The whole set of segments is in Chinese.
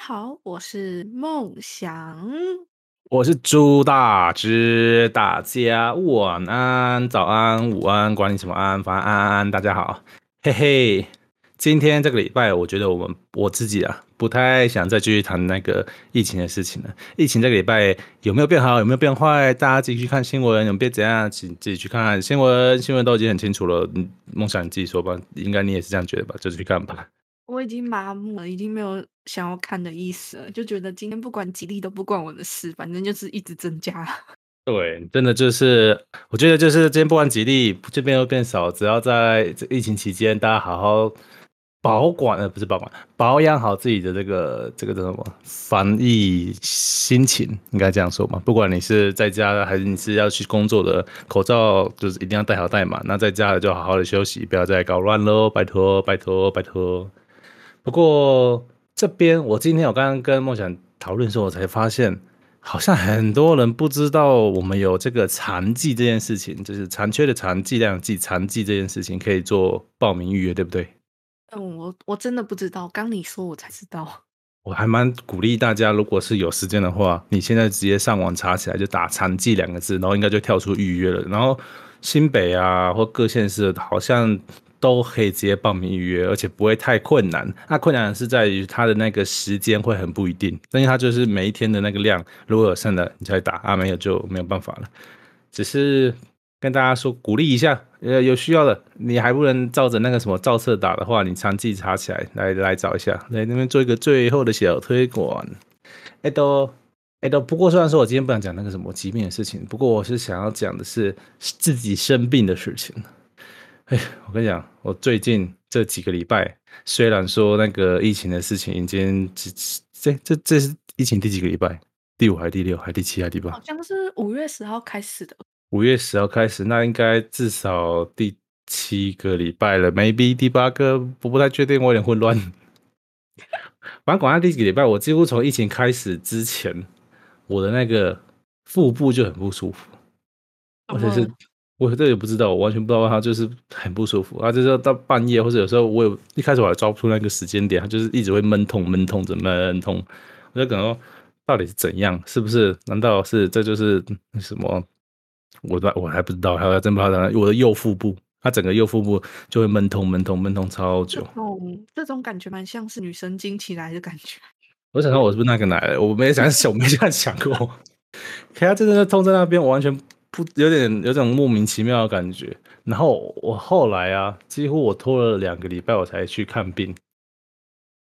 好，我是梦想。我是朱大之，大家晚安、早安、午安，管你什么安，反正安安安，大家好，嘿嘿。今天这个礼拜，我觉得我们我自己啊，不太想再继续谈那个疫情的事情了。疫情这个礼拜有没有变好，有没有变坏？大家自己去看新闻，有变怎样，请自己去看新闻。新闻都已经很清楚了，嗯梦想你自己说吧，应该你也是这样觉得吧？就去看吧。我已经麻木了，已经没有想要看的意思了，就觉得今天不管几例都不关我的事，反正就是一直增加。 对，真的就是，我觉得就是今天不管几例，这边又变少，只要在这疫情期间，大家好好保管，呃，不是保管，保养好自己的这个这个叫什么防疫心情，应该这样说嘛。不管你是在家的还是你是要去工作的，口罩就是一定要戴好戴满。那在家的就好好的休息，不要再搞乱喽，拜托，拜托，拜托。不过这边我今天我刚刚跟梦想讨论的时候，我才发现。好像很多人不知道我们有这个残疾这件事情，就是残缺的残，剂量的剂，残疾这件事情可以做报名预约，对不对？嗯，我我真的不知道，刚你说我才知 道。我还蛮鼓励大家，如果是有时间的话，你现在直接上网查起来，就打“残疾”两个字，然后应该就跳出预约了。然后新北啊或各县市的好像都可以直接报名预约，而且不会太困难。那困难的是在于它的那个时间会很不一定，但是它就是每一天的那个量，如果有剩的你才打啊，没有就没有办法了。只是跟大家说鼓励一下，呃，有需要的你还不能照着那个什么照册打的话，你常自己查起来，来来找一下，来那边做一个最后的小推广。哎都哎都，不过虽然说我今天不想讲那个什么疾病的事情，不过我是想要讲的是自己生病的事情。哎，我跟你讲，我最近这几个礼拜，虽然说那个疫情的事情已经这这这这是疫情第几个礼拜？第五还是第六还是第七还是第八好？像是五月十号开始的，五月十号开始，那应该至少第七个礼拜了，maybe 第八个，我不太确定，我有点混乱。反正管他第几个礼拜，我几乎从疫情开始之前，我的那个腹部就很不舒服，而且怎么是了我这也不知道，我完全不知道它就是很不舒服啊，就是到半夜或者有时候我有一开始我还抓不出那个时间点，它就是一直会闷痛闷痛着闷痛，我就感到到底是怎样？是不是？难道是这就是嗯什么？我都我还不知道，还有真不知道。我的右腹部，它整个右腹部就会闷痛闷痛闷痛超这久。啊种这种感觉蛮像是女神经起来的感觉。我想说我是不是那个奶了？我没想想，我没这样想过。 可他真的是痛在那边，我完全不有点有种莫名其妙的感觉。然后我后来啊，几乎我拖了两个礼拜我才去看病。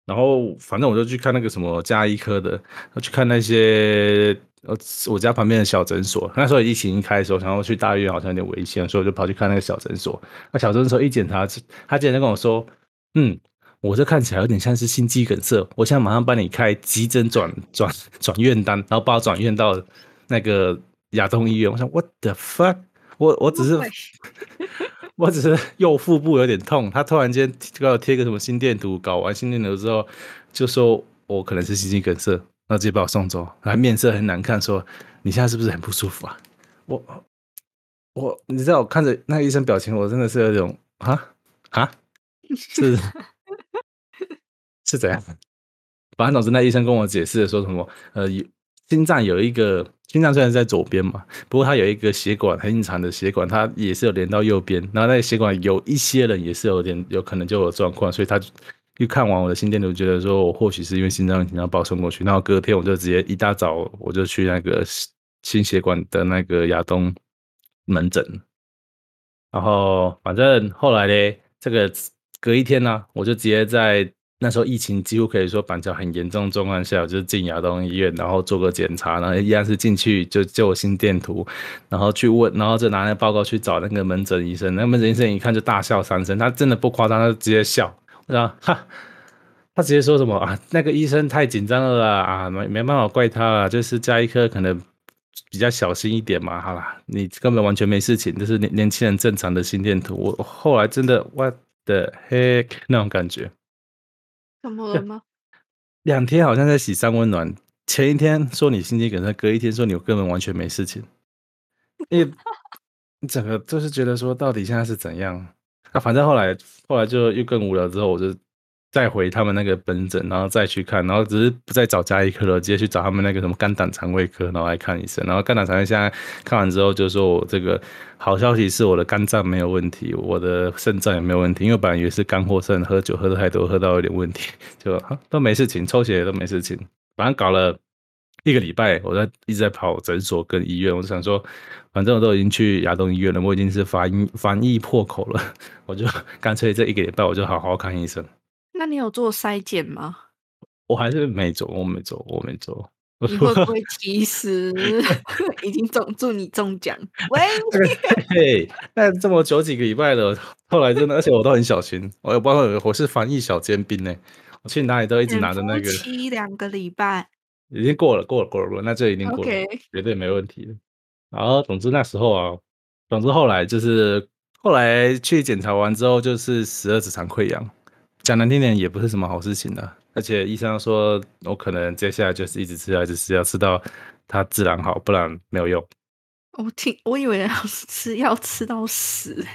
然后反正我就去看那个什么加医科的，我去看那些呃我家旁边的小诊所。那时候疫情一开始，我想要去大医院好像有点危险，所以我就跑去看那个小诊所。那小诊所一检查，他竟然就跟我说：“嗯，我这看起来有点像是心肌梗塞，我现在马上帮你开急诊转转转院单，然后把我转院到那个亚东医院。我想，what the fuck？我我只 是对 我只是右腹部有点痛，他突然间给我贴个什么心电图，搞完心电图之后就说我可能是心肌梗塞，然后直接把我送走，然后面色很难看，说你现在是不是很不舒服啊？我我你知道我看着那医生表情，我真的是有一种啊啊是是怎样？反正总之，那医生跟我解释说什么，呃，有心脏有一个心脏虽然在左边嘛，不过它有一个血管很长的血管，它也是有连到右边。然后那个血管有一些人也是有点有可能就有状况，所以他就一看完我的心电图，觉得说我或许是因为心脏问题，然后把我送过去。然后隔天我就直接一大早我就去那个心血管的那个亚东门诊，然后反正后来嘞，这个隔一天呢、我就直接在那时候疫情几乎可以说板桥很严重的状况下，我就进亚东医院，然后做个检查，然后一样是进去就就我心电图，然后去问，然后就拿那个报告去找那个门诊医生，那个门诊医生一看就大笑三声，他真的不夸张，他就直接笑，我想 哈。他直接说什么啊？那个医生太紧张了啦，啊，没没办法怪他啦，就是加医科可能比较小心一点嘛。好啦，你根本完全没事情，这是年年轻人正常的心电图。我我后来真的 what the heck 那种感觉，怎么了吗？两天好像在洗三温暖，前一天说你心肌梗塞，隔一天说你根本完全没事情，你整个就是觉得说到底现在是怎样？啊，反正后来后来就又更无聊，之后我就再回他们那个本诊，然后再去看，然后只是不再找加医科了，直接去找他们那个什么肝胆肠胃科，然后来看医生。然后肝胆肠胃现在看完之后，就说我这个好消息是我的肝脏没有问题，我的肾脏也没有问题，因为我本来以为是肝或肾，喝酒喝的太多，喝到有点问题，就、啊、都没事情，抽血也都没事情，反正搞了。一个礼拜，我在一直在跑诊所跟医院，我就想说，反正我都已经去亚东医院了，我已经是防疫防疫破口了， 我就干脆这一个礼拜我就好好看医生。那你有做筛检吗？我还是没做，我没做，我没做。你会不会其实已经中祝你中 奖？喂， 嘿，那这么久几个礼拜了，后来真的，而且我都很小心，我也包括我是防疫小尖兵呢、欸，我去哪里都一嗯直拿着那个。七两个礼拜。已经过了，过了，过了，过了，那这已经过了，绝对没问题的。然后，总之那时候啊，总之后来就是后来去检查完之后，就是十二指肠溃疡，讲难听点也不是什么好事情的、啊。而且医生说我可能接下来就是一直吃，一直吃，要吃到它自然好，不然没有用。哦我听我以为要吃要吃到死，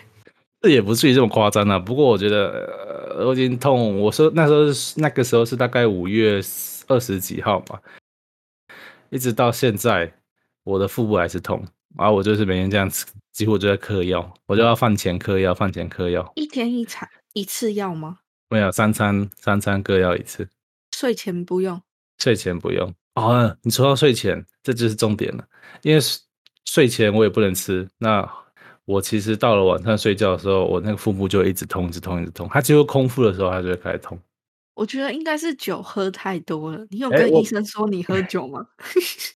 这也不至于这么夸张啊。不过我觉得、呃、我已经痛，我说那时候是那个时候是大概五月二十几号吧。一直到现在，我的腹部还是痛，然后我就是每天这样子，几乎就在嗑药，我就要饭前嗑药，饭前嗑药，一天一餐一次药吗？没有，三餐三餐各药一次，睡前不用，睡前不用。哦，你说到睡前，这就是重点了，因为睡前我也不能吃。那我其实到了晚上睡觉的时候，我那个腹部就一直痛，一直痛，一直痛，它几乎空腹的时候，它就会开始痛。我觉得应该是酒喝太多了。你有跟医生说你喝酒吗？欸、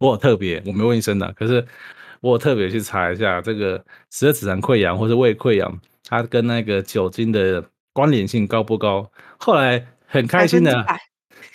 我特别，我没问医生的，可是我特别去查一下这个十二指肠溃疡或者胃溃疡，它跟那个酒精的关联性高不高？后来很开心的，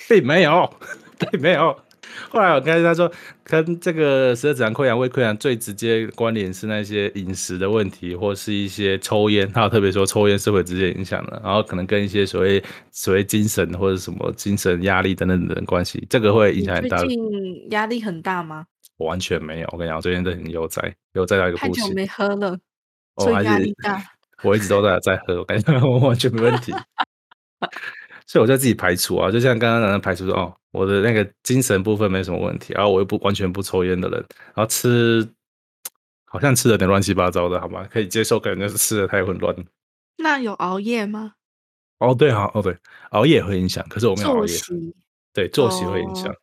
并没有， 并没有。后来我开始他说，跟这个十二指肠溃疡、胃溃疡最直接关联是那些饮食的问题，或是一些抽烟。他有特别说，抽烟是会直接影响的，然后可能跟一些所谓所谓精神或者什么精神压力等等等关系，这个会影响很大。最近压力很大吗？我完全没有，我跟你讲，我最近都很悠哉，悠哉到一个哦太久没喝了，所以压力大。我一直都在在喝，我感觉我完全没问题。所以我在自己排除啊，就像刚刚男人排除说，哦，我的那个精神部分没什么问题，然后我又不完全不抽烟的人，然后吃好像吃的有点乱七八糟的，好吗？可以接受，可能就是吃的太混乱。那有熬夜吗？哦，对啊，哦对，熬夜会影响，可是我没有熬夜。对，作息会影响。哦、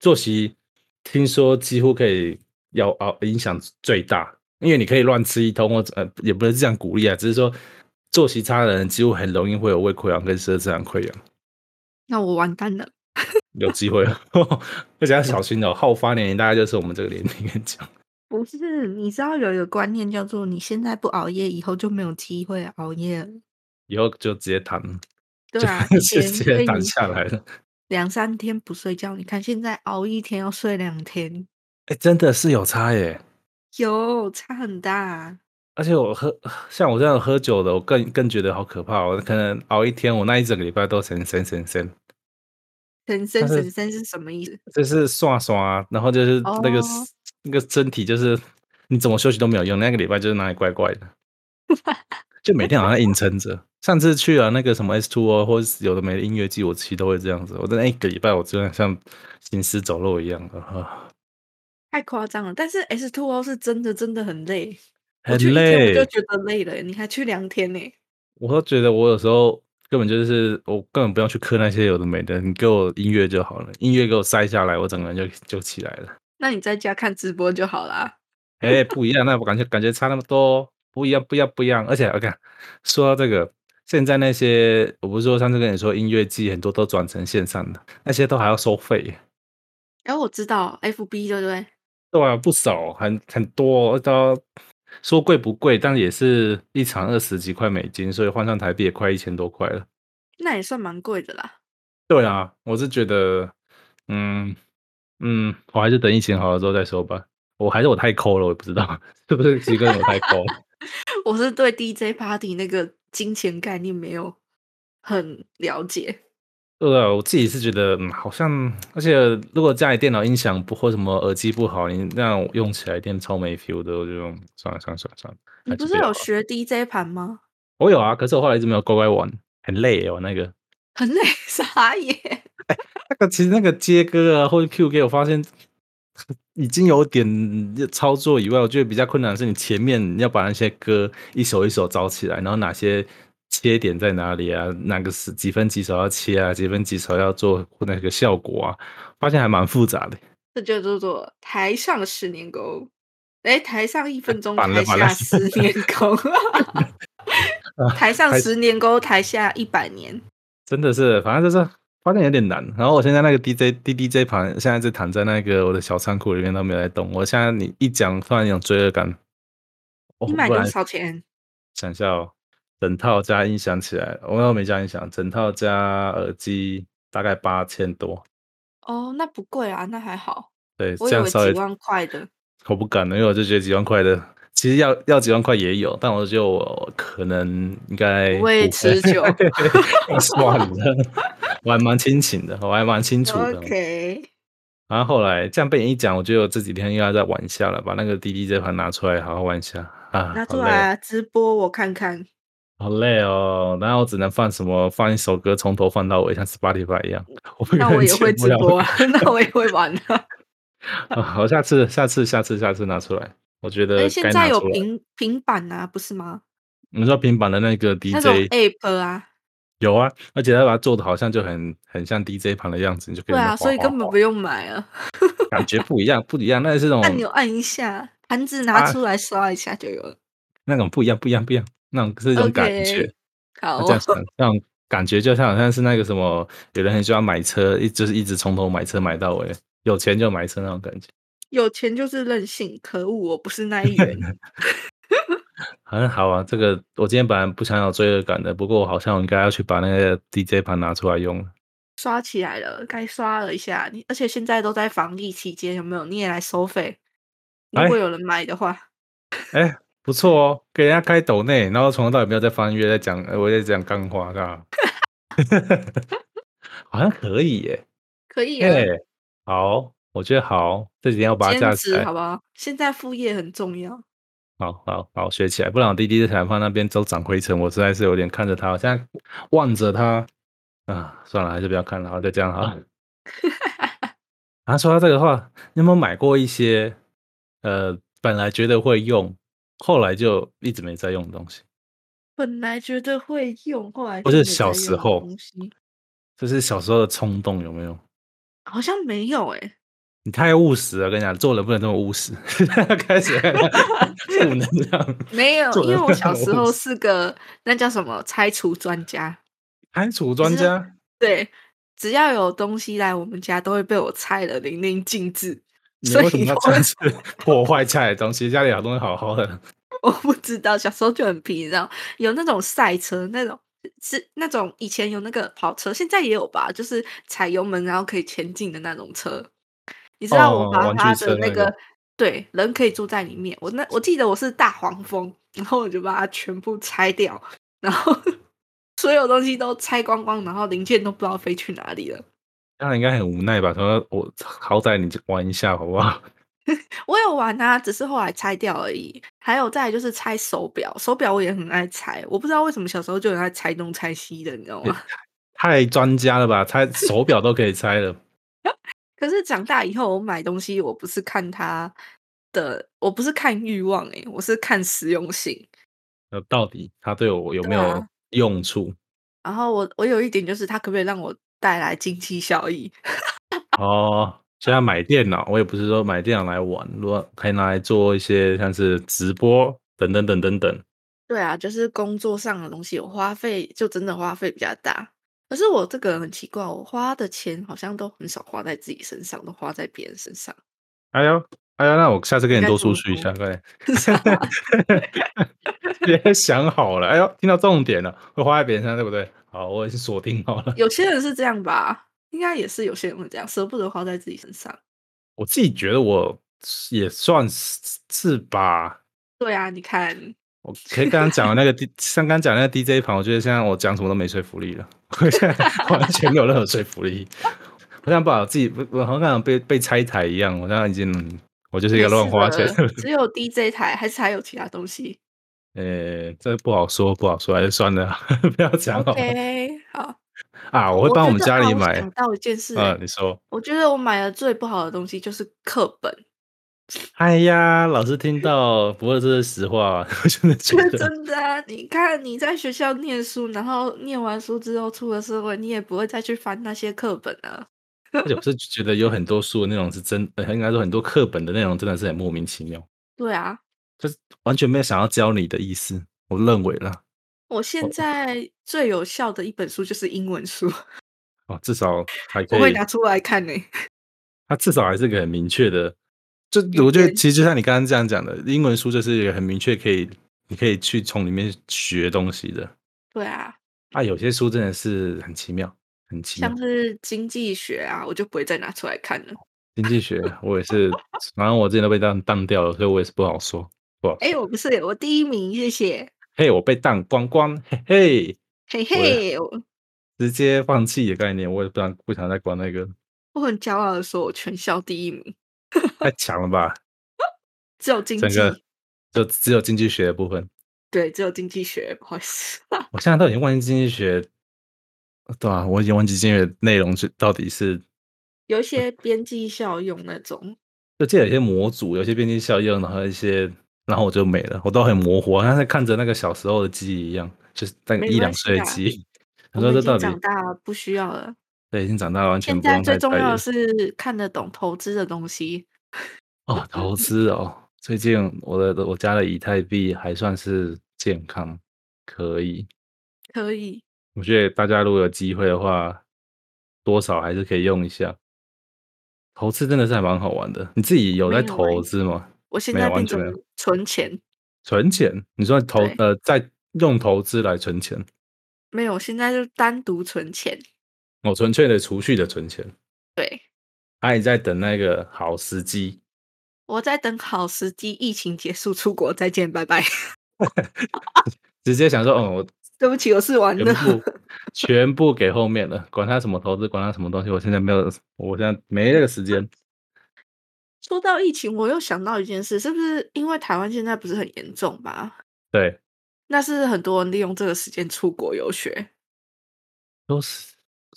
作息听说几乎可以要熬影响最大，因为你可以乱吃一通，或者呃，也不是这样鼓励啊，只是说。作息差的人几乎很容易会有胃溃疡跟十二指肠溃疡，那我完蛋了。有机会，哦 而且要小心哦。好发年龄大概就是我们这个年龄讲。不是，你知道有一个观念叫做你现在不熬夜，以后就没有机会熬夜了，以后就直接躺。对 啊，直接躺下来了。两三天不睡觉，你看现在熬一天要睡两天，哎、欸，真的是有差耶，有差很大。而且我喝像我这样喝酒的，我更更觉得好可怕、哦。我可能熬一天，我那一整个礼拜都神神神神神神神神是什么意思？就是刷刷，啊然后就是那个、哦、那个身体，就是你怎么休息都没有用。那个礼拜就是哪里怪 怪的，就每天好像硬撑着。上次去了那个什么 S Two 哦，或者有的没的音乐季，我其实都会这样子。我那一个礼拜，我真的像行尸走肉一样啊！太夸张了。但是 S Two O 是真的真的很累。很累，我就觉得累了。你还去两天呢、欸？我都觉得我有时候根本就是我根本不用去磕那些有的没的，你给我音乐就好了，音乐给我塞下来，我整个人就就起来了。那你在家看直播就好啦。哎、欸，不一样，那我感觉感觉差那么多，不一样，不一样，不一样。而且我看、okay, 说到这个，现在那些我不是说上次跟你说音乐季很多都转成线上的，那些都还要收费。哎、欸，我知道，FB 对不对？对啊，不少，很很多都。说贵不贵，但也是一场二十几块美金，所以换算台币也快一千多块了。那也算蛮贵的啦。 对啊，我是觉得，嗯嗯，我还是等疫情好了之后再说吧。我还是我太抠了，我也不知道 是不是几个人太抠。我是对 DJ party 那个金钱概念没有很了解。对啊，我自己是觉得，嗯，好像，而且如果家里电脑音响不或什么耳机不好，你那样用起来电超没 feel 的，我就算了算了算了算了。你不是有学 DJ 盘吗？我有啊，可是我后来一直没有乖乖玩，很累我那个。很累， 傻眼。那个其实那个接歌啊，或者 Q 给我发现已经有点操作以外，我觉得比较困难的是你前面要把那些歌一首一首找起来，然后哪些切点在哪里啊，哪个是几分几首要切啊，几分几首要做那个效果啊，发现还蛮复杂的。这就叫做台上十年功，哎，台上一分钟，反了台反了啊下十年 功。台上台十年功，台下一百年。真的是，反正就是发现有点难。然后我现在那个 DJ D D J 盘，现在是躺在那个我的小仓库里面都没有在动。我现在你一讲，突然有罪恶感。哦你买不然多少钱？想一下哦，整套加音响起来，我又没加音响，整套加耳机大概八千多。哦，那不贵啊，那还好。对，我这以样为稍微几万块的。我不敢了，因为我就觉得几万块的，其实要要几万块也有，但我就我可能应该不会持久 算了，我还蛮清醒的，我还蛮清 楚的。 OK，然后后来这样被你一讲，我觉得我这几天又要再玩一下了，把那个滴滴这盘拿出来好好玩一下啊，拿好出累哦来啊直播我看看。好累哦，然后我只能放什么放一首歌，从头放到尾，像 Spotify 一样。我那我也会直播， 啊，那我也会玩啊。啊好，下次下次下次下次拿出来，我觉得哎，该现拿在有出来。平平板啊，不是吗？你说平板的那个那种 DJ App 啊，有啊，而且他把它做的好像就很很像 DJ 盘的样子，你就可以对啊，所以根本不用用买啊，感觉不一样，不一样，那是 那按种钮按一下，盘子哦啊拿出来刷一下就有了。那种不一样，不一样，不一样，那种是一种感觉。 OK，好啊那这哦样，想，那种感觉就像好像是那个什么，有人很喜欢买车，一就是一直从头买车买到尾，有钱就买车那种感觉，有钱就是任性，可恶，我不是那一 员。好像好啊。这个我今天本来不想有罪恶感的，不过我好像应该要去把那个 DJ 盘拿出来用了。刷起来了，该刷了一下。你而且现在都在防疫期间，有没有？你也来收费？如哎果有人买的话，哎，不错哦，给人家开抖内，然后从头到尾没有在翻阅，在讲呃我在讲干话，是吧？ 好像可以耶，可以啊，哎，好，我觉得好，这几天要把它兼架起职来好。不好？现在副业很重要。好好好，学起来，不然我弟弟在放那边都长灰尘，我实在是有点看着他，我现在望着他啊，算了，还是不要看了，好，就这样 好了。啊，说到这个话，你有没有买过一些呃，本来觉得会用，后来就一直没在用的东西？本来觉得会用，后来不就是没小再时用的候东西就是小时候的冲动有没有？好像没有哎、你太务实了，跟你讲，做人不能这么务实， 开始负能 量，没有，做因为人我非小常时务候实是个那叫什么拆除专家，还楚专家。对，只要有东西来我们家，都会被我拆的淋漓尽致。 你所为什么以要我这样子破坏家里的东西？家里好东西好好的，我不知道，小时候就很皮，你知道，有那种赛车，那种是那种以前有那个跑车，现在也有吧，就是踩油门然后可以前进的那种车。你知道哦我把玩具它车的那个、个对人可以住在里面，我那我记得我是大黄蜂，然后我就把它全部拆掉，然后 所有东西都拆光光，然后零件都不知道飞去哪里了。当然应该很无奈吧？说我好歹你玩一下好不好？ 我有玩啊，只是后来拆掉而已。还有再来就是拆手表，手表我也很爱拆，我不知道为什么小时候就很爱拆东拆西的，你知道吗？太专家了吧？拆手表都可以拆了，可是长大以后，我买东西我不是看它的，我不是看欲望、欸，我是看实用性。呃，到底它对我有对没有啊用处？然后我我有一点就是它可不可以让我带来经济效益？哦，现在买电脑，我也不是说买电脑来玩，如果可以拿来做一些像是直播等等等等等。对啊，就是工作上的东西，我花费就真的花费比较大。可是我这个人很奇怪，我花的钱好像都很少花在自己身上，都花在别人身上。 哎呦，哎呀，那我下次跟应你该多这么出去一下，快点。是啊别 想好了，哎呦，听到重点了，会花在别人身上，对不对？好，我已经锁定好了。有些人是这样吧，应该也是有些人会这样，舍不得花在自己身上。我自己觉得我也算是是吧。对啊，你看，我可以刚刚讲的那个 D，像 刚刚讲的那个 DJ 盘，我觉得现在我讲什么都没说服力了，我现在 完全没有任何说服力。我想把我自己，我好像被被拆台一样，我现在已经，嗯我就是一个没乱事花钱的。只有 DJ 台，还是还有其他东西 呃、这不好说，不好说，还是算了，不要讲好 了。？OK，好，啊，我会帮我们家里买想到一件事、欸啊。你说，我觉得我买的最不好的东西就是课本，哎呀，老师听到，不过这是实话，啊 我 真的觉得， 真的啊！你看你在学校念书，然后念完书之后出了社会，你也不会再去翻那些课本啊。而且我是觉得有很多书的内容是真，呃应该说很多课本的内容真的是很莫名其妙，对啊，就是完全没有想要教你的意思。我认为啦，我现在最有效的一本书就是英文书，哦，至少还可我以，会拿出来看呢、 它至少还是个很明确的。就语我觉得，言其实就像你刚刚这样讲的，英文书就是一个很明确可以，你可以去从里面学东西的。对啊，啊，有些书真的是很奇妙，很奇妙像。是经济学啊，我就不会再拿出来看了。经济学我也是，反正我之前都被当当掉了，所以我也是不好说，不好哎、说。我不是我第一名，谢谢，嘿，我被当光光，嘿嘿，嘿我嘿，我直接放弃的概念，我也不想不想再管那个，我很骄傲的说，我全校第一名，太强了吧？只有经整济，个就只有经济学的部分，对，只有经济学，不好意思。 我现在都已经忘记经济学，对啊，我已经忘记经济学的内容是到底是有一些边际效用那种。就记得有些模组，有些边际效应，然后一些，然后我就没了，我都很模糊，好像在看着那个小时候的记忆一样，就是那个没一两关系岁的啦记 忆。我我说们这已经到底长大了不需要了。对已经长大了，完全现不在用最再重在要意的是看得懂投资的东西。哦。投资哦，最近我的我家的以太币还算是健康，可以。可以，我觉得大家如果有机会的话，多少还是可以用一下。投资真的是还蛮好玩的。你自己有没在有欸投资吗？我现没在有，完变全成没有。存钱，存钱？你说投对呃，在用投资来存钱？没有，现在就单独存钱。我纯哦粹的储蓄的存钱，对，啊，你在等那个好时机，我在等好时机，疫情结束出国，再见，拜拜。 直接想说，哦，我对不起，我是玩全的。部全部给后面了，管他什么投资，管他什么东西，我现在没有，我现在没那个时间。说到疫情，我又想到一件事，是不是因为台湾现在不是很严重吧？对，那是很多人利用这个时间出国游学，都是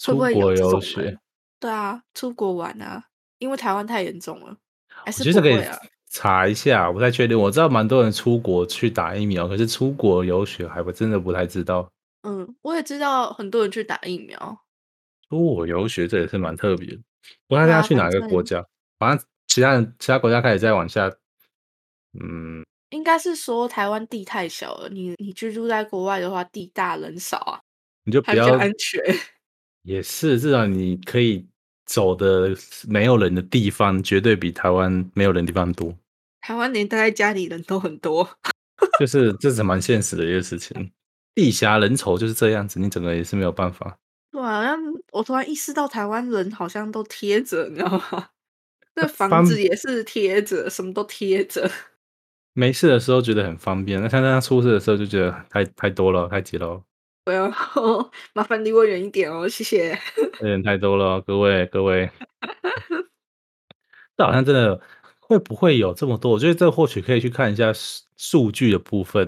会出不会有国这游种学人，？对啊，出国玩啊，因为台湾太严重了，还我是觉得不这可以会啊？查一下，我不太确定。我知道蛮多人出国去打疫苗，可是出国游学还我真的不太知道。嗯，我也知道很多人去打疫苗，出国游学这也是蛮特别的。我看对他啊去反哪个国正家，反正其他人其他国家开始再往下，嗯，应该是说台湾地太小了，你你居住在国外的话，地大人少啊，嗯你就不还比较要安全。 也是，至少你可以走的没有人的地方，绝对比台湾没有人的地方多，台湾连待在家里人都很多，就是这是蛮现实的一个事情。地狭人稠就是这样子，你整个也是没有办法。对啊，像我突然意识到台湾人好像都贴着，你知道吗？ 这房方子也是贴着，什么都贴着。 没事的时候觉得很方便，那像他出事的时候就觉得太太多了，太急了哦，我要麻烦离我远一点哦，谢谢。有点太多了哦，各位各位。这好像真的会不会有这么多？我觉得这或许可以去看一下数数据的部分，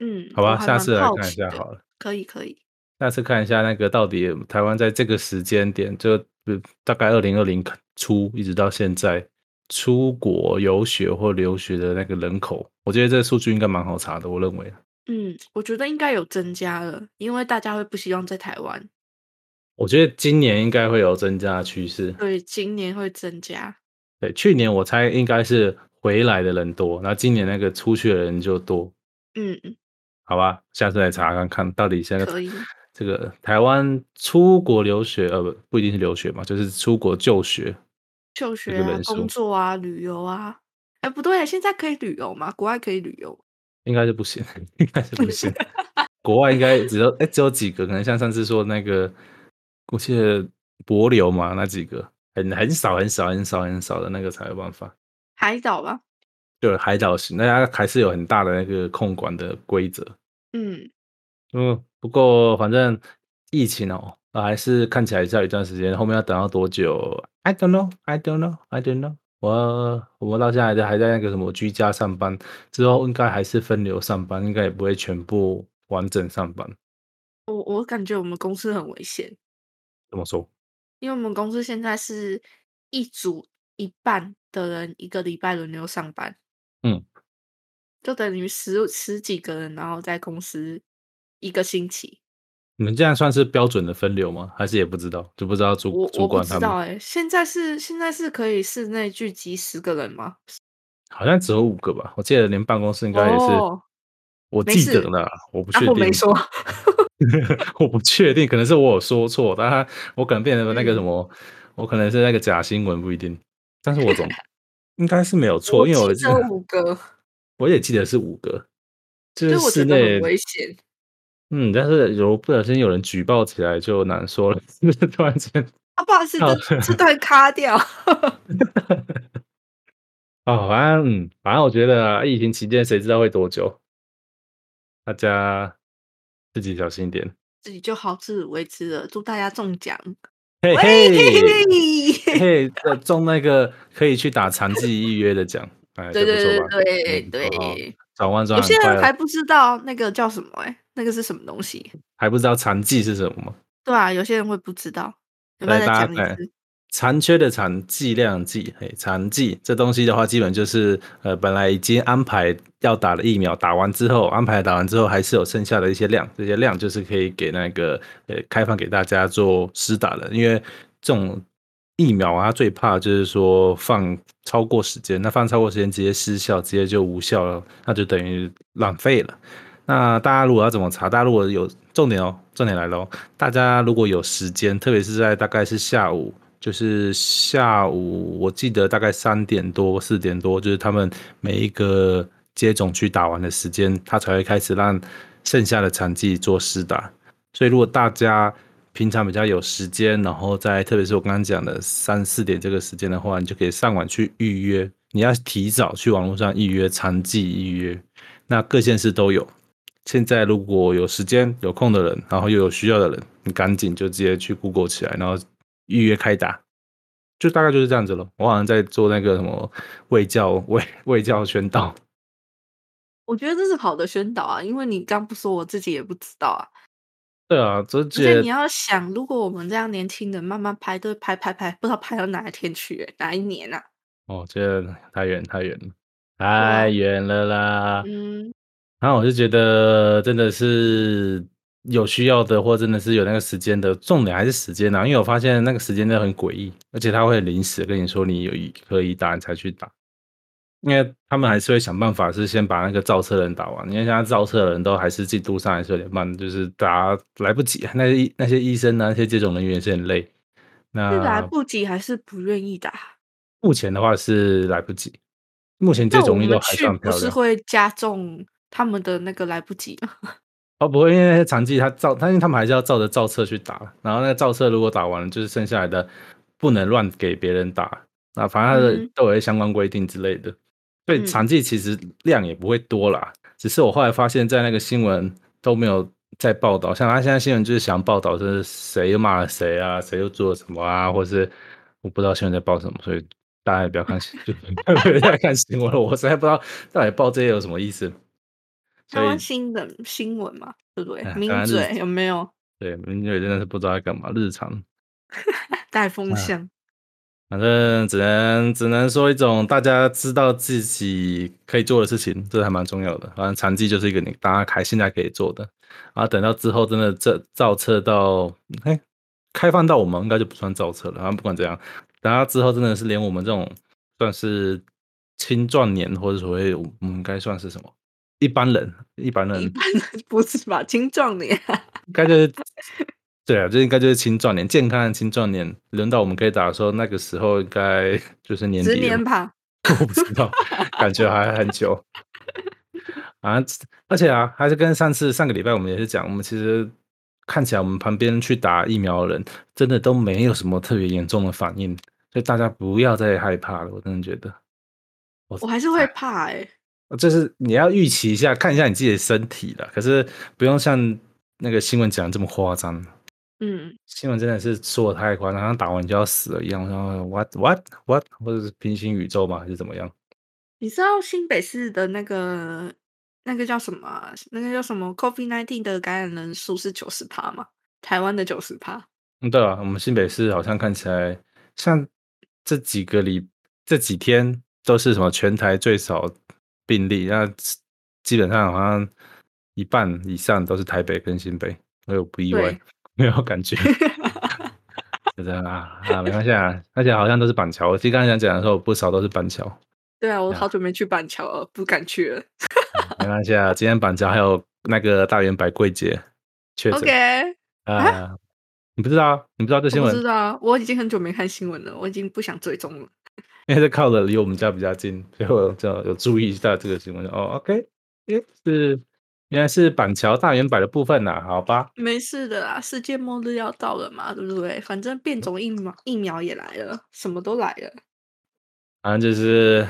嗯，好我吧？还下蛮次来好看一奇下的，好了，可以可以。下次看一下那个到底台湾在这个时间点，就呃大概二零二零初一直到现在，出国游学或留学的那个人口，我觉得这数据应该蛮好查的，我认为。嗯，我觉得应该有增加了，因为大家会不希望在台湾，我觉得今年应该会有增加的趋势。所以今年会增加。对，去年我猜应该是回来的人多，那今年那个出去的人就多，嗯，嗯好吧？下次来查看看，到底现在可以。这个台湾出国留学，呃，不不一定是留学嘛，就是出国就学就这学个啊、人工数，作啊、旅游啊。哎，不对，现在可以旅游吗？国外可以旅游？应该是不行， 应该是 不行。国外应该只有哎、只有几个，可能像上次说那个，我记得博流嘛，那几个很很少很少很少很少的那个才有办法。海岛吧？就是海岛型，那它还是有很大的那个控管的规则。嗯，嗯，不过反正疫情哦，啊还是看起来是要一段时间，后面要等到多久？I don't know, I don't know, I don't know 我。我们到现在还在还在那个什么居家上班，之后应该还是分流上班，应该也不会全部完整上班。我我感觉我们公司很危险。怎么说？因为我们公司现在是一组一半的人一个礼拜轮流上班，嗯，就等于十十几个人，然后在公司一个星期。你们这样算是标准的分流吗？还是也不知道，就不知道主我主我不管知他道们哎、现在是现在是可以室内聚集十个人吗？好像只有五个吧？我记得连办公室应该也是，哦我没记事得呢，我不啊确，定，我没说， 我不确定，可能是我有说错，但他我可能变成那个什嗯么，我可能是那个假新闻，不一定。但是我 总应该是没有错，因为我我记记得五个，我也记得是五个，就所以是我觉室得很内，危险。嗯，但是如果不小心有人举报起来就难说了，是不是突然间啊，不好意思，好这这段卡掉。哦，反正嗯，反正我觉得啊疫情期间谁知道会多久，大家自己小心一点。自己就好自为之了。祝大家中奖！嘿喂嘿嘿。嘿，嘿，呃，中那个可以去打残疾预约的奖，哎，对这不对错吧？对嗯对好好对，转弯转有很些快人还啊了，不知道那个叫什么哎、那个是什么东西？还不知道残疾是什么吗？对啊，有些人会不知道，要不要对，再大讲家一哎，次？残缺的残，剂量剂，嘿，残剂这东西的话，基本就是呃，本来已经安排要打的疫苗，打完之后，安排打完之后，还是有剩下的一些量，这些量就是可以给那个呃，开放给大家做施打的，因为这种疫苗啊，它最怕就是说放超过时间，那放超过时间直接失效，直接就无效了，那就等于浪费了。那大家如果要怎么查？大家如果有重点哦，重点来喽！大家如果有时间，特别是在大概是下午，就是下午，我记得大概三点多、四点多，就是他们每一个接种区打完的时间，他才会开始让剩下的残疾做施打。所以如果大家平常比较有时间，然后在特别是我刚刚讲的三四点这个时间的话，你就可以上网去预约。你要提早去网络上预约残疾预约，那各县市都有。现在如果有时间有空的人，然后又有需要的人，你赶紧就直接去 Google 起来，然后预约开打，就大概就是这样子了。我好像在做那个什么卫教卫卫教宣导，我觉得这是好的宣导啊，因为你刚不说，我自己也不知道啊。对啊，这而且觉你要想，如果我们这样年轻人慢慢排队排排排，不知道排到哪一天去、欸，哪一年啊？哦，觉得太远太远了，对太啊，远了啦。嗯，然后我就觉得真的是有需要的，或真的是有那个时间的，重点还是时间啊，因为我发现那个时间真的很诡异，而且他会很临时跟你说你有一可以打，你才去打。因为他们还是会想办法，是先把那个造车人打完。因为现在造车的人都还是进度上还是有点慢，就是打来不及。那些医那些医生啊，那些接种人员也是很累。是来那不及还是不愿意啊打？目前的话是来不及，目前接那我种率们都还去算不漂是亮。会加重他们的那个来不及吗？哦，不会，因为那些残疾他照，但是他们还是要照着照册去打。然后那个照册如果打完了，就是剩下来的不能乱给别人打。那反正他的嗯都有一些相关规定之类的。对，嗯。残疾其实量也不会多啦，只是我后来发现，在那个新闻都没有在报道，像他现在新闻就是想报道，就是谁又骂了谁啊，谁又做了什么啊，或是我不知道新闻在报什么，所以大家也不要看新，就不要再看新闻了。 我实在不知道到底报这些有什么意思，台所湾以新的新闻嘛，对不对？哎，当名然日嘴有没有对，民队真的是不知道在干嘛，日常，带风哎向？ 反正只能只能说一种大家知道自己可以做的事情，这还蛮重要的。反正残疾就是一个你大家开现在可以做的，然后等到之后真的这造册到哎开放到我们应该就不算造册了。然后不管怎样，等到之后真的是连我们这种算是青壮年或者所谓我们应该算是什么一般人，一般一人般人不是吧？青壮年应该就是，对啊，这应该就是青壮年，健康的青壮年。轮到我们可以打的时候，那个时候应该就是年直底了年嘛，吧？我不知道，感觉还很久啊。而且啊，还是跟上次上个礼拜我们也是讲，我们其实看起来我们旁边去打疫苗的人，真的都没有什么特别严重的反应，所以大家不要再害怕了。我真的觉得，我我还是会怕哎、就是你要预期一下，看一下你自己的身体了，可是不用像那个新闻讲的这么夸张。嗯，新闻真的是说的太夸张，好像打完就要死了一样。然后 what what what，或者是平行宇宙吗？还是怎么样？你知道新北市的那个那个叫什么啊、那个叫什么 COVID nineteen 的感染人数是九十趴吗？台湾的九十趴，嗯，对啊，我们新北市好像看起来像这几个礼这几天都是什么全台最少病例，那基本上好像一半以上都是台北跟新北，我有不意外对，没有感觉。觉得啊啊，没关系啊，而且好像都是板桥。我其实刚才想讲的时候，不少都是板桥，对啊，我呀好久没去板桥了，不敢去了。没关系啊。今天板桥还有那个大圆百贵节确诊 OK，啊，你不知道啊？你不知道这新我闻不知？道，我已经很久没看新闻了，我已经不想追踪了。因为这靠的离我们家比较近，所以我就有注意一下这个新闻。哦，OK，诶，是原来是板桥大圆柏的部分呐、好吧？没事的啦，世界末日要到了嘛，对不对？反正嗯变种疫苗疫苗也来了，什么都来了。反正就是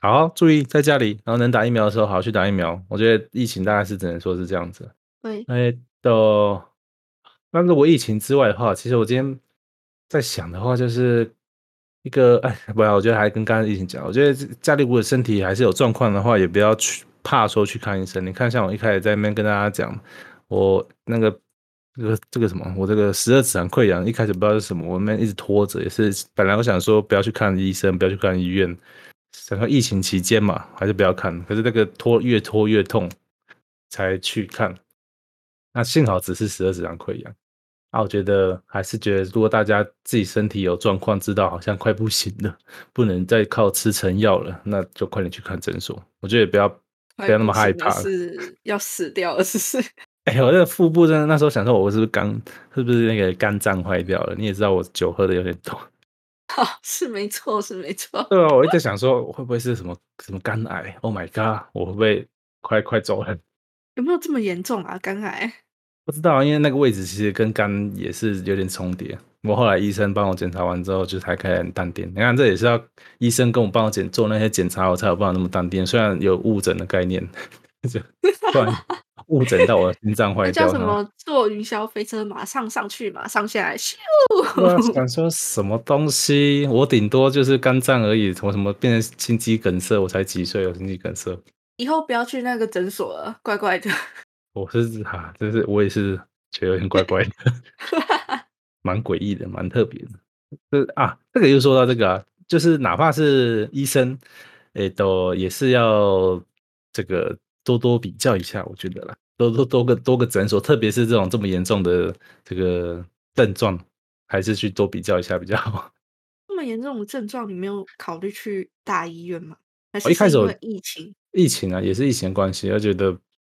好好注意在家里，然后能打疫苗的时候好好去打疫苗。我觉得疫情大概是只能说是这样子。对，哎，都，那如果疫情之外的话，其实我今天在想的话，就是一个，哎，不要，我觉得还跟刚刚疫情讲，我觉得家里如果身体还是有状况的话，也不要去怕说去看医生。你看，像我一开始在那边跟大家讲，我那个这个这个什么，我这个十二指肠溃疡，一开始不知道是什么，我们一直拖着，也是本来我想说不要去看医生，不要去看医院，想说疫情期间嘛，还是不要看。可是那个拖越拖越痛，才去看。那幸好只是十二指肠溃疡。啊，我觉得还是觉得，如果大家自己身体有状况，知道好像快不行了， 不能再靠吃成药了，那就快点去看诊所。我觉得也不要不要那么害怕了。 是要死掉了，是不是？ 哎、我这个腹部真的那时候想说，我是不是肝是不是那个肝脏坏掉了？你也知道我酒喝的有点多，是没错，是没错。对啊，我一直想说我会不会是什么什么肝癌？Oh my god！我会不会快快走了？有没有这么严重啊？肝癌？不知道啊，因为那个位置其实跟肝也是有点重叠。我后来医生帮我检查完之后，就才开始很淡定。你看，这也是要医生跟我帮我检做那些检查，我才有办法那么淡定。虽然有误诊的概念，就突然误诊到我的心脏坏那掉叫了。什么？坐云霄飞车，马上上去，马上下来，咻！我啊想说什么东西？我顶多就是肝脏而已，从什么变成心肌梗塞？我才几岁有心肌梗塞？以后不要去那个诊所了，怪怪的。 我是啊，就是我也是觉得有点怪怪的， 蛮诡异的，蛮特别的。这啊，这个又说到这个啊，就是哪怕是医生，诶，都也是要这个多多比较一下，我觉得啦，多多多个多个诊所，特别是这种这么严重的这个症状，还是去多比较一下比较好。这么严重的症状，你没有考虑去大医院吗？还我是哦一开是始因我为疫情？疫情啊，也是疫情的关系，而觉得，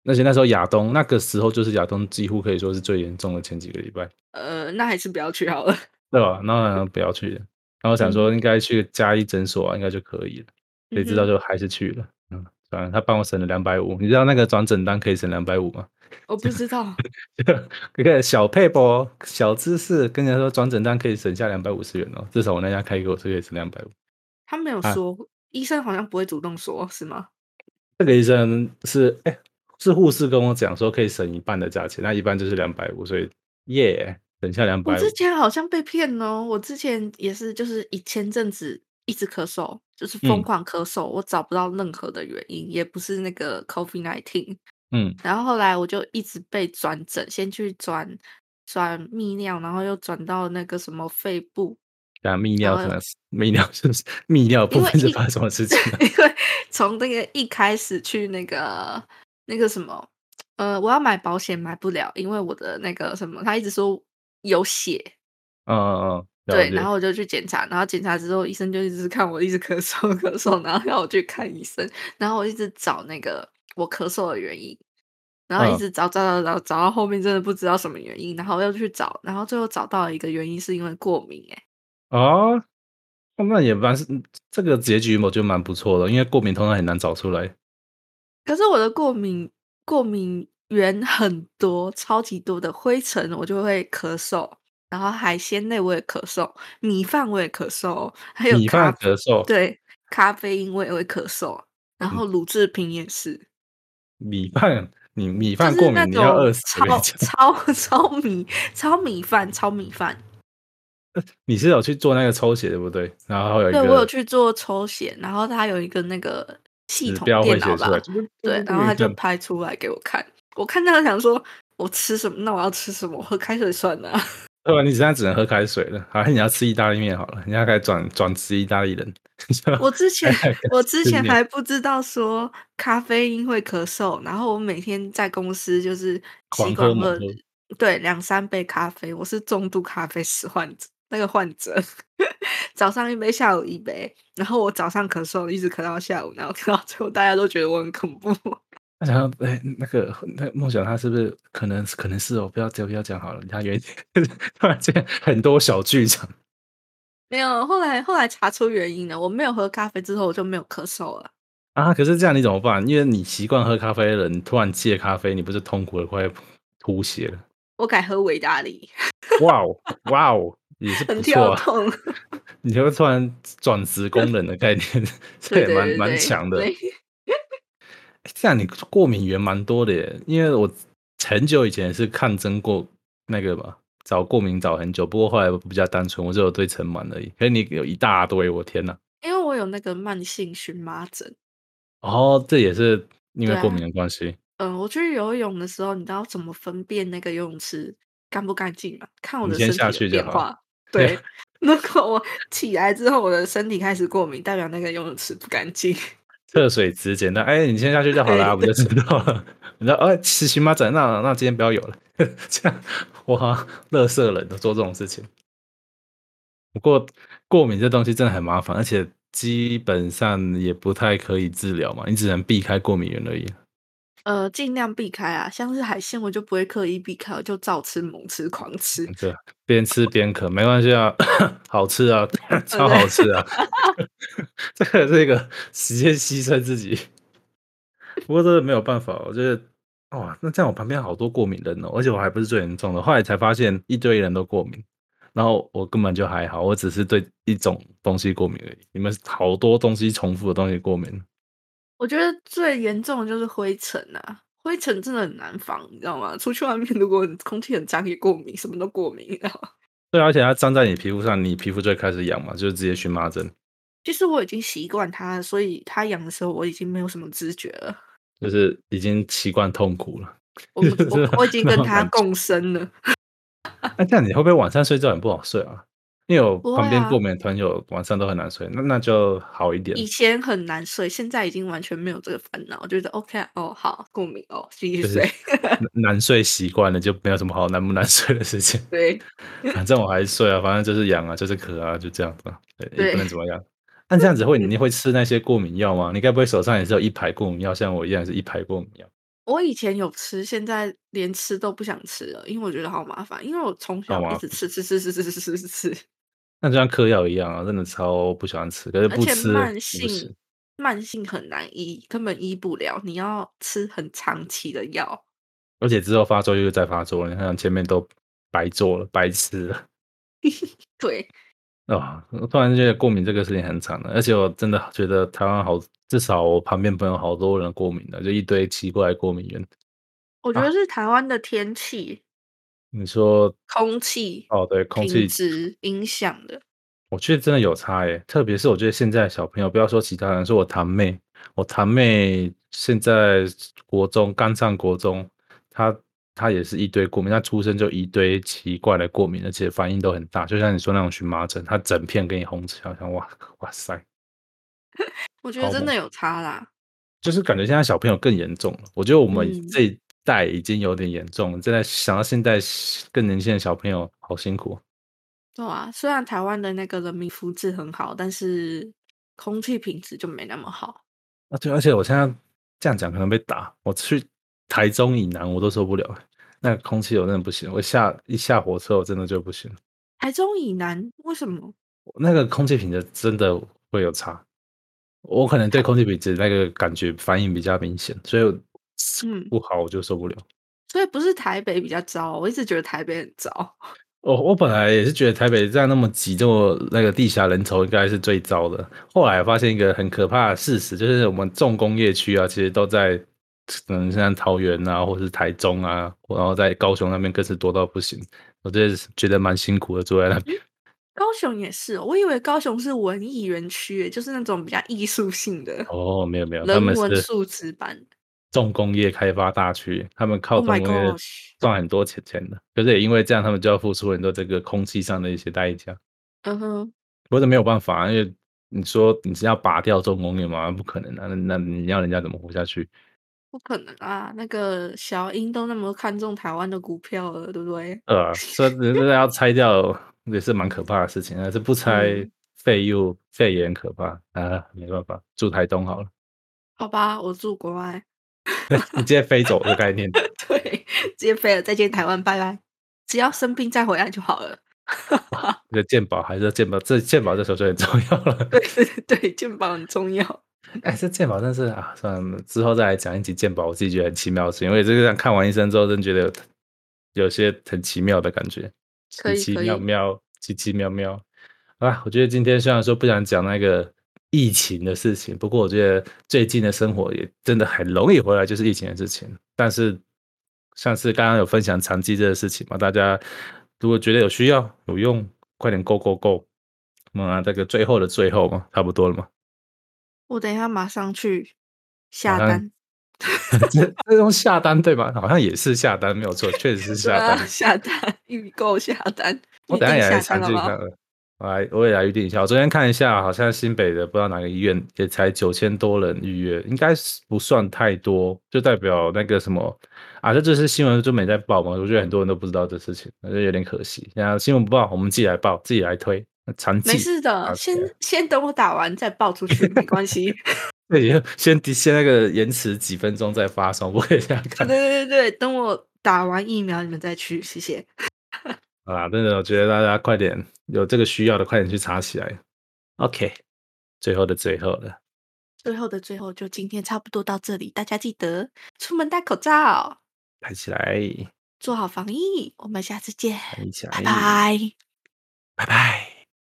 而且那时候亚东那个时候就是亚东几乎可以说是最严重的前几个礼拜，呃，那还是不要去好了。 对吧？那不要去了，然后想说应该去加医诊所啊，应该就可以了，谁知道嗯哼就还是去了，嗯，算了，他帮我省了两百五，你知道那个转诊单可以省两百五吗？ 我不知道，这个小配博小知识，跟人家说转诊单可以省下两百五十元哦，至少我那家开给我是可以省两百五。他没有啊说，医生好像不会主动说，是吗？这个医生是哎、是护士跟我讲说可以省一半的价钱，那一半就是两百五，所以耶省下两百我五之。前好像被骗哦，我之前也是，就是以前阵子一直咳嗽，就是疯嗯狂咳嗽，我找不到任何的原因，也不是那个 COVID nineteen，嗯，然后后来我就一直被转诊，先去转转泌尿，然后又转到那个什么肺部，讲泌尿然什后么？泌尿是不是泌尿的部哦因为分是一？发生什么事情、啊因为从那个一开始去那个那个什么，呃，我要买保险买不了，因为我的那个什么，他一直说有血，嗯嗯嗯，了对，解然后我就去检查，然后检查之后，医生就一直看我一直咳嗽 咳嗽，然后要我去看医生，然后我一直找那个我咳嗽的原因，然后一嗯直找找找找找到后面真的不知道什么原因，然后又去找，然后最后找到一个原因是因为过敏、欸，哦，哦那也蛮是这个结局，我觉得蛮不错的，因为过敏通常很难找出来。可是我的过敏过敏源很多，超级多的灰尘我就会咳嗽，然后海鲜类我也咳嗽，米饭我也咳嗽，还有米咖饭咳嗽，对咖啡因我也会咳嗽，然嗯后乳制品也是。米饭你米就饭是过那敏，你种要饿死。我跟超你 讲，Oh 超超米超米饭超米饭。你是有去做那个抽血对不对？然后有一对我有个去做抽血，然后它有一个那个系指统标电会脑写吧出来，，对，然后他就 嗯拍出来给我看，我看到想说我吃什么，那我要吃什么，我喝开水算了啊。喝完你现在只能喝开水了，还是你要吃意大利面好了，你要开始转转吃意大利人。 我之前哎我之是前你还不知道说咖啡因会咳嗽，然后我每天在公司就是狂习喝惯猛喝喝，对两三杯咖啡，我是重度咖啡使患者。那个患者 早上一杯，下午一杯，然后我早上咳嗽，一直咳到下午，然后咳到最后大家都觉得我很恐怖。 然后哎，那个那梦想他是不是可能可能是哦？不要讲不要讲好了，离他远一点。 突然间很多小剧场，没有，后来后来查出原因了，我没有喝咖啡之后我就没有咳嗽了。啊，可是这样你怎么办？因为你习惯喝咖啡的人，突然戒咖啡，你不是痛苦的快吐血了？我改喝维达利，哇哦，哇哦，也是很不错跳啊！痛。 你就突然转职工人的概念，这对也对蛮对蛮对强的。对 欸这样你过敏源蛮多的耶，因为我很久以前是抗争过那个吧，找过敏找很久，不过后来我比较单纯，我只有对尘螨而已。可是你有一大堆，我天呐！因为我有那个慢性荨麻疹。哦，这也是因为对过啊敏的关系。嗯，我去游泳的时候，你知道怎么分辨那个游泳池干不干净吗？看我你的先身下体去的就变好化。对 对，如果我起来之后，我的身体开始过敏，代表那个游泳池不干净。 测水池简单，哎，你先下去就好啦，对我们就知道了。你知道，哎，是荨麻疹，那那今天不要有了。这样，我好像乐色人都做这种事情。不过过敏这东西真的很麻烦，而且基本上也不太可以治疗嘛，你只能避开过敏源而已。呃，尽量避开啊，像是海鲜，我就不会刻意避开，我就照吃、猛吃、狂吃。这啊边吃边咳没关系啊， 好吃啊，超对好吃啊。 这个这个直接牺牲自己。不过真的没有办法，我觉得哇，那这样我旁边好多过敏人哦，而且我还不是最严重的，后来才发现一堆人都过敏，然后我根本就还好，我只是对一种东西过敏而已。你们好多东西重复的东西过敏，我觉得最严重的就是灰尘啊，灰尘真的很难防，你知道吗？出去外面如果空气很脏，也过敏，什么都过敏，你知道吗？对啊，而且它粘在你皮肤上，你皮肤就会开始痒嘛，就是直接荨麻疹， 其实我已经习惯它了，所以它痒的时候我已经没有什么知觉了。就是已经习惯痛苦了。我 们我我已经那跟种它感觉共生了。那这样你会不会晚上睡觉很不好睡啊？因为我不旁会边过啊敏的朋友晚上都很难睡，那那就好一点。以前很难睡，现在已经完全没有这个烦恼，我觉得 OK 啊哦，好，过敏哦，继续就是睡。 难睡习惯了，就没有什么好难不难睡的事情。 对，反正我还是睡啊，反正就是痒啊，就是咳啊，就这样子啊，对，也不对能怎么样。那这样 子会，你会吃那些过敏药吗？你该不会手上也是有一排过敏药，像我一样是一排过敏药？我以前有吃，现在连吃都不想吃了，因为我觉得好麻烦，因为我从小麻一直吃吃吃吃吃吃吃吃吃，那就像嗑药一样啊，真的超不喜欢吃，可是而不且吃慢也不行性。慢性很难医，根本医不了，你要吃很长期的药。而且之后发作又再发作了，你看前面都白做了，白吃了。对，啊、我突然觉得过敏这个事情很惨的，而且我真的觉得台湾好，至少我旁边朋友好多人过敏的，就一堆奇怪的过敏源。我觉啊得是台湾的天气、你说，空气、哦，对，空品气，质影响的。我觉得真的有差耶，特别是我觉得现在小朋友，不要说其他人，说我堂妹，我堂妹现在国中刚上国中，她她也是一堆过敏，她出生就一堆奇怪的过敏，而且反应都很大，就像你说那种荨麻疹，她整片给你红起来，我想哇哇塞。我觉得好真猛的有差啦。就是感觉现在小朋友更严重了。我觉得我们嗯这一代已经有点严重了，现在想到现在更年轻的小朋友好辛苦。对啊，虽然台湾的那个人民福祉很好，但是空气品质就没那么好。啊，对，而且我现在这样讲可能被打。我去台中以南我都受不了，那个空气我真的不行。我下一下火车我真的就不行，台中以南为什么？那个空气品质真的会有差。我可能对空气品质那个感觉反应比较明显，所以嗯，不好我就受不了。所以不是台北比较糟，我一直觉得台北很糟。我哦我本来也是觉得台北这样那么挤，这么那个地下人稠应该是最糟的。后来发现一个很可怕的事实，就是我们重工业区啊，其实都在可能像桃园啊，或是台中啊，然后在高雄那边更是多到不行。我真的是觉得蛮辛苦的，住在那嗯边。高雄也是哦、我以为高雄是文艺园区耶，就是那种比较艺术性的哦，没有没有，他人们文是素质班。重工业开发大区，他们靠 Oh 重 my 工业 gosh 赚很多钱钱的，可是也因为这样，他们就要付出很多这个空气上的一些代价。嗯哼，我是没有办法，啊因为你说你是要拔掉重工业嘛，不可能啊，那那你要人家怎么活下去？不可能啊！那个小英都那么看重台湾的股票了，对不对？呃，所以人家要拆掉也是蛮可怕的事情，但是不拆嗯废又肺也很可怕啊，没办法，住台东好了，好吧，我住国外， 你直接飞走的概念。 对，直接飞了，再见台湾，拜拜。只要生病再回来就好了。这个鉴宝还是鉴宝，这鉴宝这时候就很重要了。 对对对，健保很重要。哎，这鉴宝真是啊，算了，之后再来讲一集鉴宝，我自己觉得很奇妙的事情。因为这个样看完医生之后，真觉得有有些很奇妙的感觉，可奇以奇可妙以妙，奇奇妙妙。啊，我觉得今天虽然说不想讲那个疫情的事情，不过我觉得最近的生活也真的很容易回来，就是疫情的事情。但是像是刚刚有分享长期这个事情嘛，大家如果觉得有需要有用，快点 go go go！嗯、啊，这个最后的最后嘛，差不多了嘛。我等一下马上去下上单。这 这种下单对吧？好像也是下单，没 有错，确实是对下啊单。下单，预购下单，我预等一下定也来下详单好细不看好？了，我来我也来预定一下。我昨天看一下，好像新北的不知道哪个医院也才九千多人预约，应该是不算太多，就代表那个什么啊，这就是新闻就没在报嘛。我觉得很多人都不知道这事情，我觉得有点可惜。然后新闻不报，我们自己来报，自己来推。那长没记事啊的，先先等我打完再报出去，没关 系。对，也 先先那个延迟几分钟再发送，不可以这样对看。对对对，等我打完疫苗你们再去，谢谢。好啦，啊真的，我觉得大家快点有这个需要的，快点去查起来。OK，最后的最后了，最后的最后，就今天差不多到这里，大家记得出门戴口罩，拍起来，哎做好防疫，我们下次见，拍起来，拜拜。拜拜。